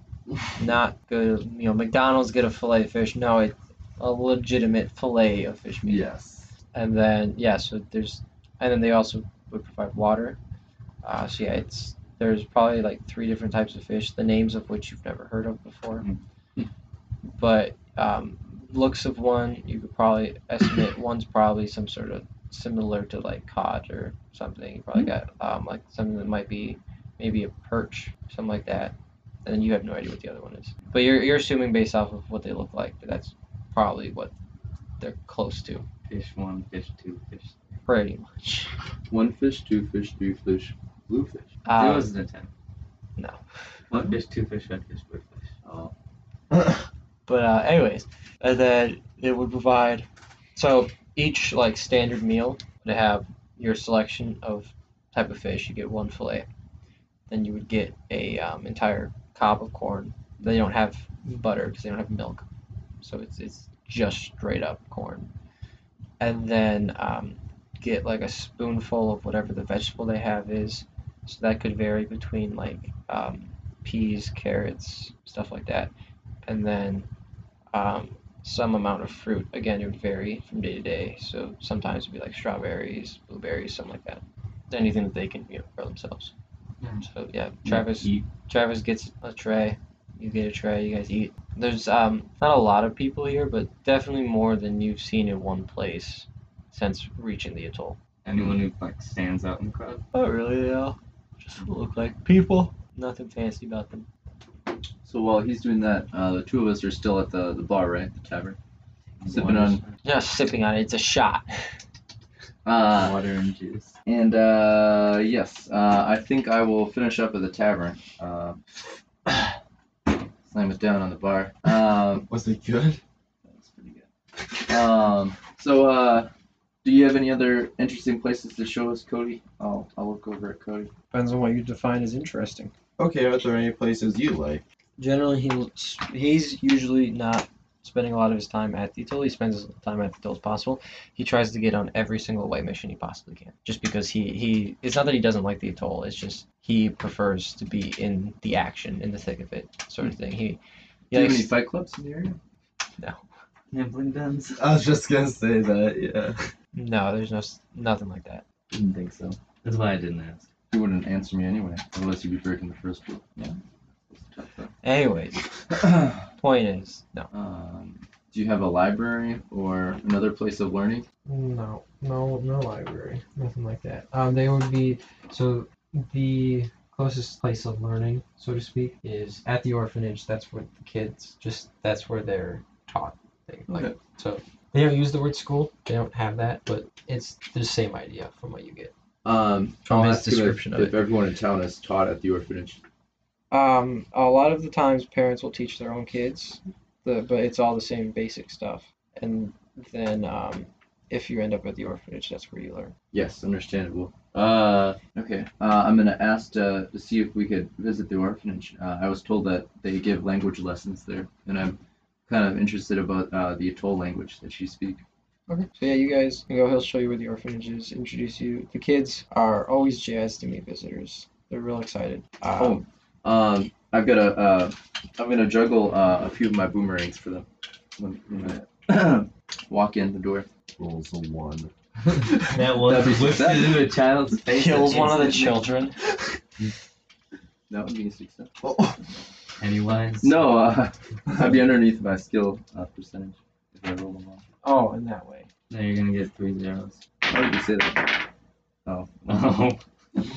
Speaker 2: Not good. You know, McDonald's get a fillet of fish. No, it's a legitimate fillet of fish meat.
Speaker 5: Yes.
Speaker 2: And then yeah, so there's, and then they also would provide water. Uh, so yeah, it's there's probably like three different types of fish, the names of which you've never heard of before.
Speaker 4: Mm.
Speaker 2: but um, looks of one, you could probably estimate one's probably some sort of similar to like cod or something. You probably got um, like something that might be maybe a perch, something like that. And then you have no idea what the other one is. But you're, you're assuming based off of what they look like, that that's probably what they're close to.
Speaker 4: Fish one, fish two, fish.
Speaker 2: Pretty much.
Speaker 3: One fish, two fish, three fish, blue fish.
Speaker 4: there
Speaker 2: Um,
Speaker 4: was an attempt.
Speaker 2: no.
Speaker 4: One fish, two fish, red fish, blue fish.
Speaker 3: Oh.
Speaker 2: But uh, anyways, and then it would provide so each like standard meal would have your selection of type of fish. You get one fillet, then you would get a um, entire cob of corn. They don't have butter because they don't have milk, so it's it's just straight up corn. And then um, get like a spoonful of whatever the vegetable they have is. So that could vary between like um, peas, carrots, stuff like that and then um, some amount of fruit. Again, it would vary from day to day. So sometimes it'd be like strawberries, blueberries, something like that. Anything that they can you know, grow themselves.
Speaker 4: Yeah.
Speaker 2: So yeah, Travis
Speaker 4: Eat.
Speaker 2: Travis gets a tray. You get a tray. You guys eat. There's um not a lot of people here, but definitely more than you've seen in one place since reaching the atoll.
Speaker 4: Anyone who like stands out in the crowd.
Speaker 2: Oh really? They all just look like people. Nothing fancy about them.
Speaker 3: So while he's doing that, uh, the two of us are still at the, the bar, right? The tavern. Sipping on-
Speaker 2: Just sipping on it. It's a shot.
Speaker 3: Uh,
Speaker 4: water and juice.
Speaker 3: and uh, yes, uh, I think I will finish up at the tavern. Uh, slam it down on the bar. Um,
Speaker 5: Was it good?
Speaker 3: that's pretty good. Um, so uh, do you have any other interesting places to show us, Cody? I'll, I'll look over at Cody.
Speaker 6: Depends on what you define as interesting.
Speaker 5: Okay, are there any places you like?
Speaker 2: generally he he's usually not spending a lot of his time at the till. He spends as little time at the till as possible. He tries to get on every single white mission he possibly can, just because he he. It's not that he doesn't like the atoll. It's just he prefers to be in the action, in the thick of it, sort of thing. He, he
Speaker 3: Do you have any
Speaker 2: likes,
Speaker 3: fight clubs in the area?
Speaker 4: Nibbling guns.
Speaker 5: I was just gonna say that, yeah.
Speaker 2: no, there's no s- nothing like that.
Speaker 4: Didn't think so. That's why I didn't ask.
Speaker 3: He wouldn't answer me anyway, unless he'd be breaking the first rule. Yeah. That's a tough
Speaker 2: Anyways,
Speaker 3: though.
Speaker 2: point is no.
Speaker 3: Um, do you have a library or another place of learning?
Speaker 6: No, no, no library, nothing like that. Um, they would be so the closest place of learning, so to speak, is at the orphanage. That's where the kids just that's where they're taught. They, like
Speaker 3: Okay.
Speaker 6: so, they don't use the word school. They don't have that, but it's the same idea from what you get.
Speaker 3: Um,
Speaker 6: From
Speaker 3: I'll
Speaker 6: his
Speaker 3: ask you if-
Speaker 6: description of
Speaker 3: if
Speaker 6: it.
Speaker 3: everyone in town is taught at the orphanage.
Speaker 2: Um, a lot of the times parents will teach their own kids, the, but it's all the same basic stuff. And then um, if you end up at the orphanage, that's where you learn.
Speaker 3: Yes, understandable. Uh, okay. Uh, I'm gonna ask to, to see if we could visit the orphanage. Uh, I was told that they give language lessons there, and I'm kind of interested about uh, the Atoll language that you speak.
Speaker 2: Okay. So yeah, you guys can go. He'll show you where the orphanage is, introduce you. The kids are always jazzed to meet visitors. They're real excited. Um,
Speaker 3: Oh. Um, I've got a. Uh, I'm gonna juggle uh, a few of my boomerangs for them. When, when I walk in the door.
Speaker 5: Rolls a one.
Speaker 4: That one
Speaker 3: That'd be
Speaker 4: whipped
Speaker 3: success.
Speaker 4: into a child's face.
Speaker 2: Kills one of the
Speaker 4: children.
Speaker 2: children.
Speaker 3: That would be a success.
Speaker 5: Oh,
Speaker 4: Pennywise.
Speaker 3: No, uh, I'd be underneath my skill uh, percentage if I roll them all.
Speaker 2: Oh, in that way.
Speaker 4: No, you're gonna get three zeros.
Speaker 3: Why would you say that? Oh.
Speaker 4: Oh.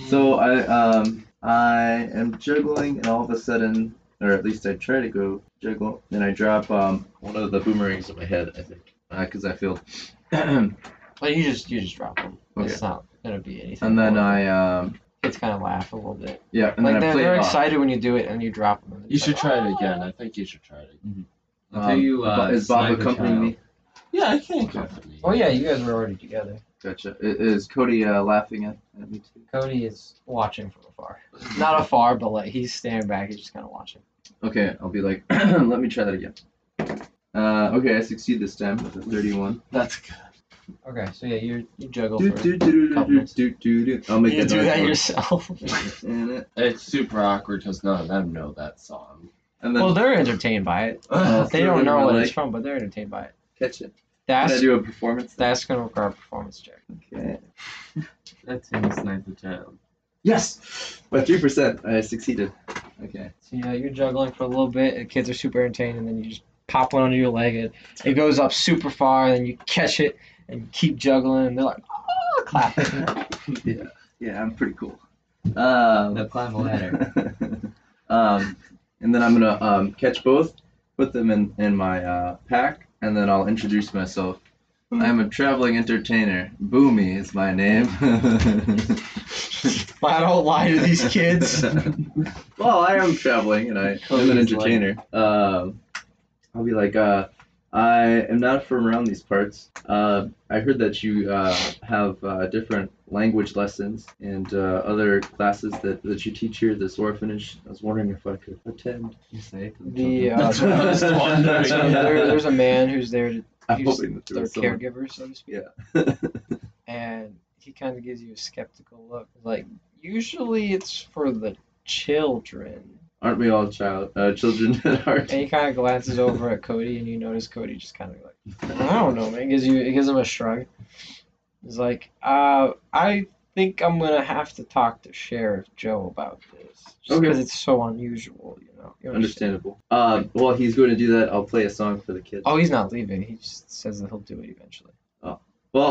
Speaker 3: So I um I am juggling and all of a sudden, or at least I try to go juggle, and I drop um one of the boomerangs on my head. I think because I feel. and
Speaker 2: Well, you just you just drop them. It's
Speaker 3: Okay.
Speaker 2: not gonna be anything.
Speaker 3: then
Speaker 2: horrible.
Speaker 3: I um
Speaker 2: kids kind of laugh a little bit.
Speaker 3: yeah, and
Speaker 2: like
Speaker 3: then I
Speaker 2: they're,
Speaker 3: play
Speaker 2: they're
Speaker 3: it off.
Speaker 2: excited when you do it and you drop them. and
Speaker 5: you
Speaker 2: it's
Speaker 5: should
Speaker 2: like,
Speaker 5: try it again. I think you should try it. Again.
Speaker 4: Until you, uh,
Speaker 3: Bo- Um, is Bob
Speaker 4: snipe a
Speaker 3: accompanying me?
Speaker 5: Yeah, I can accompany.
Speaker 2: Oh yeah, you guys were already together.
Speaker 3: Gotcha. I- Is Cody uh, laughing at, at me too?
Speaker 2: Cody is watching from afar. Not afar, but like he's standing back. He's just kind of watching.
Speaker 3: Okay, I'll be like, let me try that again. Uh, okay, I succeed this time with a 31.
Speaker 5: That's good.
Speaker 2: Okay, so yeah, you you juggle
Speaker 3: Do,
Speaker 2: for.
Speaker 3: do, do, do,
Speaker 2: couple
Speaker 3: do,
Speaker 2: minutes.
Speaker 3: do, do, do. I'll make
Speaker 2: you
Speaker 3: that
Speaker 2: do that
Speaker 3: noise.
Speaker 2: yourself.
Speaker 3: And it-
Speaker 5: It's super awkward because none of them know that song.
Speaker 3: and then
Speaker 2: well, they're entertained by it.
Speaker 3: Uh,
Speaker 2: They
Speaker 3: so
Speaker 2: don't
Speaker 3: then
Speaker 2: know
Speaker 3: we're
Speaker 2: what
Speaker 3: like-
Speaker 2: it's from, but they're entertained by it.
Speaker 3: catch it. Can I
Speaker 2: That's
Speaker 3: do a performance?
Speaker 2: that's gonna require a performance check.
Speaker 3: Okay.
Speaker 4: That's him snipe the child.
Speaker 3: Yes, by three percent, I succeeded. Okay.
Speaker 2: So yeah, you're juggling for a little bit. The kids are super entertained, and then you just pop one under your leg. It, it goes up super far, and you catch it and keep juggling, and they're like, oh, clap.
Speaker 3: yeah, yeah, I'm pretty cool. Um,
Speaker 4: Now Oh, climb a ladder.
Speaker 3: um, and then I'm gonna um, catch both, put them in in my uh, pack, and then I'll introduce myself. I'm a traveling entertainer. Boomy is my name.
Speaker 2: I don't lie to these kids.
Speaker 3: well, I am traveling, and I am an entertainer. Um, I'll be like, uh, I am not from around these parts. Uh, I heard that you uh, have uh, different language lessons and uh, other classes that, that you teach here at this orphanage. I was wondering if I could attend.
Speaker 4: You say it to
Speaker 2: The,
Speaker 4: children.
Speaker 2: uh,
Speaker 3: That's what I was wondering.
Speaker 2: so there, there's a man who's there to
Speaker 3: I'm
Speaker 2: He's
Speaker 3: hoping that there
Speaker 2: their
Speaker 3: was someone.
Speaker 2: caregiver, so to speak.
Speaker 3: Yeah.
Speaker 2: and he kind of gives you a skeptical look. Like usually it's for the children.
Speaker 3: Aren't we all child uh, children at heart?
Speaker 2: And he kind of glances over at Cody, and you notice Cody just kind of like, I don't know, man. Gives you, it gives him a shrug. He's like, uh, I think I'm gonna have to talk to Sheriff Joe about this, just
Speaker 3: Okay.
Speaker 2: because it's so unusual, you know. You understand?
Speaker 3: Understandable. Uh, well, he's going to do that. I'll play a song for the kids.
Speaker 2: Oh, he's not leaving. He just says that he'll do it eventually.
Speaker 3: Well,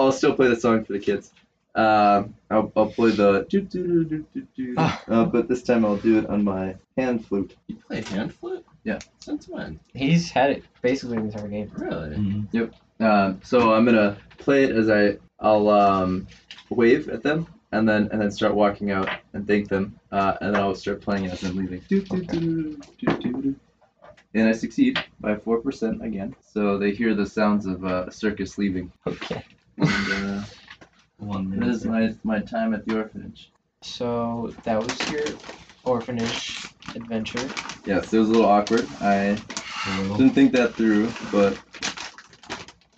Speaker 3: I'll still play the song for the kids. Um, I'll, I'll play the doo doo doo doo doo doo.
Speaker 2: Ah.
Speaker 3: uh, but this time I'll do it on my hand flute.
Speaker 5: You play hand flute?
Speaker 3: Yeah.
Speaker 5: Since when?
Speaker 2: He's had it basically the entire game.
Speaker 5: Really?
Speaker 3: Um, so I'm gonna play it as I I'll um, wave at them and then and then start walking out and thank them uh, and then I'll start playing as I'm leaving. Doo doo doo doo doo doo. And I succeed by four percent again. So they hear the sounds of uh, a circus leaving.
Speaker 2: Okay.
Speaker 3: And, uh,
Speaker 4: One
Speaker 3: that is
Speaker 4: minute.
Speaker 3: my my time at the orphanage.
Speaker 2: So that was your orphanage adventure.
Speaker 3: Yes, it was a little awkward. I
Speaker 4: Hello.
Speaker 3: Didn't think that through, but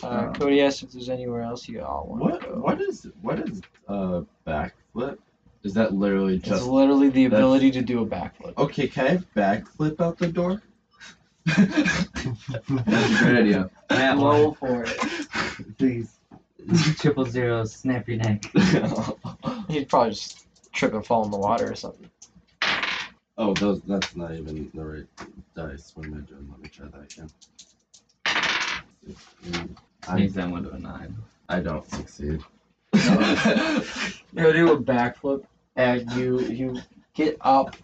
Speaker 2: Uh,
Speaker 3: Um,
Speaker 2: Cody asked if there's anywhere else you all want to
Speaker 5: What
Speaker 2: go.
Speaker 5: what is what is uh backflip? Is that literally
Speaker 2: It's
Speaker 5: just
Speaker 2: literally the
Speaker 5: that's- Oh,
Speaker 2: ability to do a backflip.
Speaker 5: Okay, can I backflip out the door?
Speaker 3: that's a great idea.
Speaker 4: That
Speaker 2: Roll for
Speaker 4: one.
Speaker 2: it.
Speaker 4: Please. Triple zero, snap your neck.
Speaker 2: He'd probably just trip and fall in the water or something.
Speaker 5: oh, those that's not even the right dice. What am I doing? Let me try that again. Mm,
Speaker 4: Sneaks
Speaker 5: I,
Speaker 4: that one to a nine.
Speaker 5: I don't succeed.
Speaker 2: You know, do a backflip and you you get up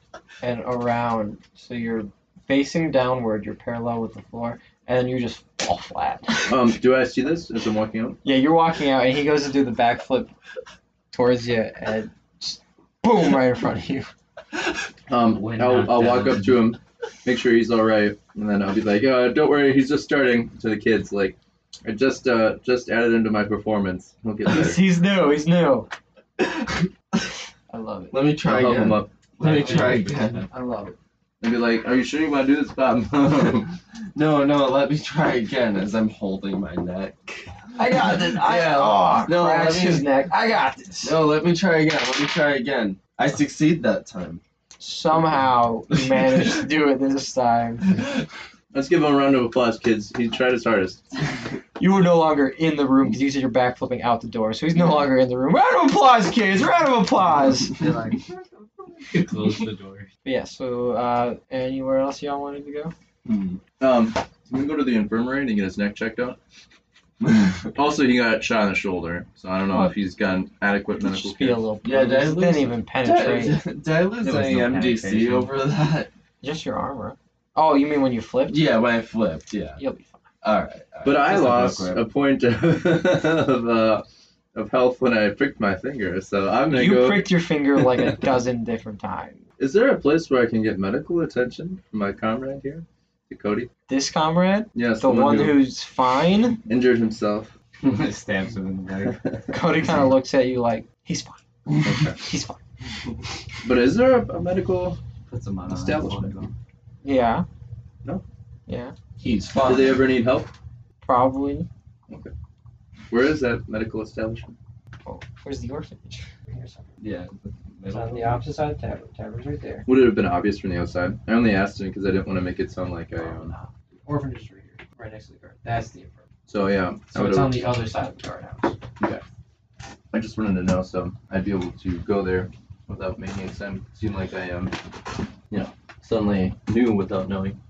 Speaker 2: and around, so you're facing downward. You're parallel with the floor, and then you just fall flat.
Speaker 3: Um, do I see this as I'm walking out?
Speaker 2: Yeah, you're walking out, and he goes to do the backflip towards you, and just boom right in front of you.
Speaker 3: Um,
Speaker 4: When knocked
Speaker 3: I'll, I'll walk
Speaker 4: down.
Speaker 3: up to him, make sure he's all right, and then I'll be like, uh, "Don't worry, he's just starting." To the kids, like, I just uh, just added him to my performance. He'll get better.
Speaker 2: he's new. He's new. I love it.
Speaker 5: Let me try
Speaker 3: I'll help him
Speaker 5: again.
Speaker 3: up
Speaker 5: Let me try again.
Speaker 2: I love it.
Speaker 3: and be like, "Are you sure you want to do this, Bob?"
Speaker 5: no, no, let me try again as I'm holding my neck.
Speaker 2: I got this. I oh,
Speaker 5: No, I
Speaker 2: cracks
Speaker 5: mean-
Speaker 2: his neck. I got this.
Speaker 5: No, let me try again. Let me try again. I succeed that time.
Speaker 2: Somehow he managed to do it this time.
Speaker 3: Let's give him a round of applause, kids. He tried his hardest.
Speaker 2: You were no longer in the room because you said you're back flipping out the door, so he's no longer in the room. Round of applause, kids! Round of applause.
Speaker 4: They're like, close the door.
Speaker 2: But yeah. So, uh, anywhere else y'all wanted to go?
Speaker 5: Hmm.
Speaker 3: Um, I'm gonna go to the infirmary and get his neck checked out. Also, he got shot in the shoulder, so I don't know if he's gotten adequate medical
Speaker 2: Just be
Speaker 3: care.
Speaker 2: a little.
Speaker 5: Yeah, did I
Speaker 2: it
Speaker 5: lose-
Speaker 2: didn't even penetrate.
Speaker 5: did, did I lose
Speaker 4: There was
Speaker 5: any
Speaker 4: no
Speaker 5: MDC
Speaker 4: penetration.
Speaker 5: over that?
Speaker 2: Just your armor. Oh, you mean when you flipped?
Speaker 5: Yeah, when I flipped, yeah.
Speaker 2: You'll be fine.
Speaker 5: Alright. alright.
Speaker 3: But I
Speaker 5: Just a real
Speaker 3: lost
Speaker 5: quick.
Speaker 3: a point of of, uh, of health when I pricked my finger, so I'm gonna
Speaker 2: You
Speaker 3: go.
Speaker 2: pricked your finger like a dozen different times.
Speaker 3: Is there a place where I can get medical attention for my comrade here, to Cody?
Speaker 2: This comrade,
Speaker 3: Yes,
Speaker 2: the one who's fine.
Speaker 3: injured himself.
Speaker 4: Stabs him in the back.
Speaker 2: Cody kind of looks at you like he's fine.
Speaker 3: Okay.
Speaker 2: He's fine.
Speaker 3: But is there a, a medical?
Speaker 4: Puts him on a
Speaker 3: Establishment.
Speaker 2: Yeah.
Speaker 3: No?
Speaker 2: Yeah.
Speaker 5: He's
Speaker 3: Do
Speaker 5: fine.
Speaker 3: they ever need help?
Speaker 2: Probably.
Speaker 3: Where is that medical establishment?
Speaker 2: Oh, where's the orphanage?
Speaker 4: Yeah.
Speaker 7: It's on the opposite side of the tavern. Tavern's right there.
Speaker 3: Would it have been obvious from the outside? I only asked him because I didn't want to make it sound like I. Um,
Speaker 7: no. Orphanage is right here, right next to the guard. That's the infirmary.
Speaker 3: so yeah, I,
Speaker 7: So it's
Speaker 3: would've-
Speaker 7: on the other side of the guardhouse.
Speaker 3: I just wanted to know so I'd be able to go there without making it seem, seem like I um, you know, suddenly knew without knowing.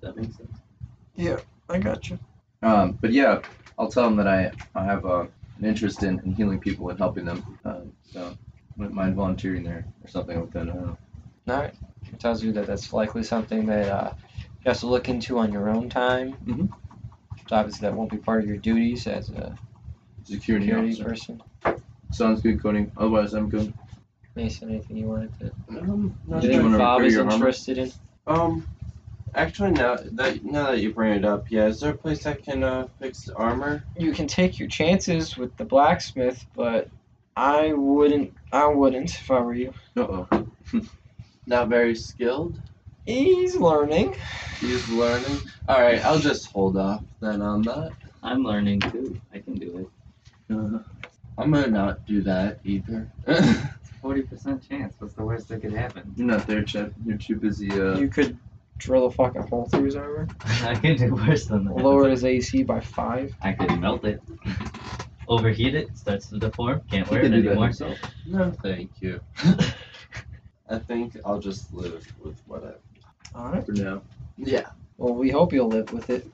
Speaker 3: That makes sense.
Speaker 5: I got you.
Speaker 3: Um, but yeah, I'll tell them that I, I have uh, an interest in, in healing people and helping them. Um, so wouldn't mind volunteering there or something with them. I don't know.
Speaker 2: All right. It tells you that that's likely something that uh, you have to look into on your own time.
Speaker 3: Mhm.
Speaker 2: So obviously, that won't be part of your duties as a
Speaker 3: Security,
Speaker 2: security
Speaker 3: officer.
Speaker 2: person.
Speaker 3: Sounds good, Cody. Otherwise, I'm good.
Speaker 2: Mason, anything you wanted to?
Speaker 5: Um, not
Speaker 3: Did
Speaker 5: sure.
Speaker 3: you wanna
Speaker 2: Bob
Speaker 3: repair
Speaker 2: is
Speaker 3: your armor?
Speaker 2: interested in.
Speaker 5: Um, actually, now that now that you bring it up, yeah, is there a place I can uh, fix the armor?
Speaker 2: You can take your chances with the blacksmith, but I wouldn't. I wouldn't if I were you.
Speaker 3: Uh-oh.
Speaker 5: Not very skilled.
Speaker 2: He's learning.
Speaker 5: He's learning. All right, I'll just hold off then on that.
Speaker 4: I'm learning too. I can do it.
Speaker 5: Uh, I'm gonna not do that either.
Speaker 4: Forty percent chance. What's the worst that could happen?
Speaker 3: You're not there, Chad. You're too busy. Uh,
Speaker 2: You could drill a fucking hole through his armor,
Speaker 4: I can do worse than that.
Speaker 2: lower his AC by five.
Speaker 4: I could melt it. Overheat it. Starts to deform. Can't
Speaker 3: he
Speaker 4: wear
Speaker 3: can
Speaker 4: it
Speaker 3: do that
Speaker 4: anymore.
Speaker 3: himself.
Speaker 5: no, thank you. I think I'll just live with what I.
Speaker 2: All right.
Speaker 3: For now.
Speaker 5: Yeah.
Speaker 2: Well, we hope you'll live with it.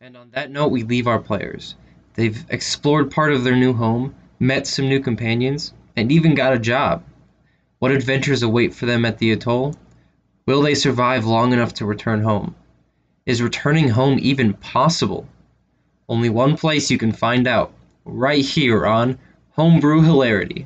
Speaker 1: And on that note, we leave our players. They've explored part of their new home, met some new companions, and even got a job. What adventures await for them at the atoll? Will they survive long enough to return home? Is returning home even possible? Only one place you can find out right here on Homebrew Hilarity.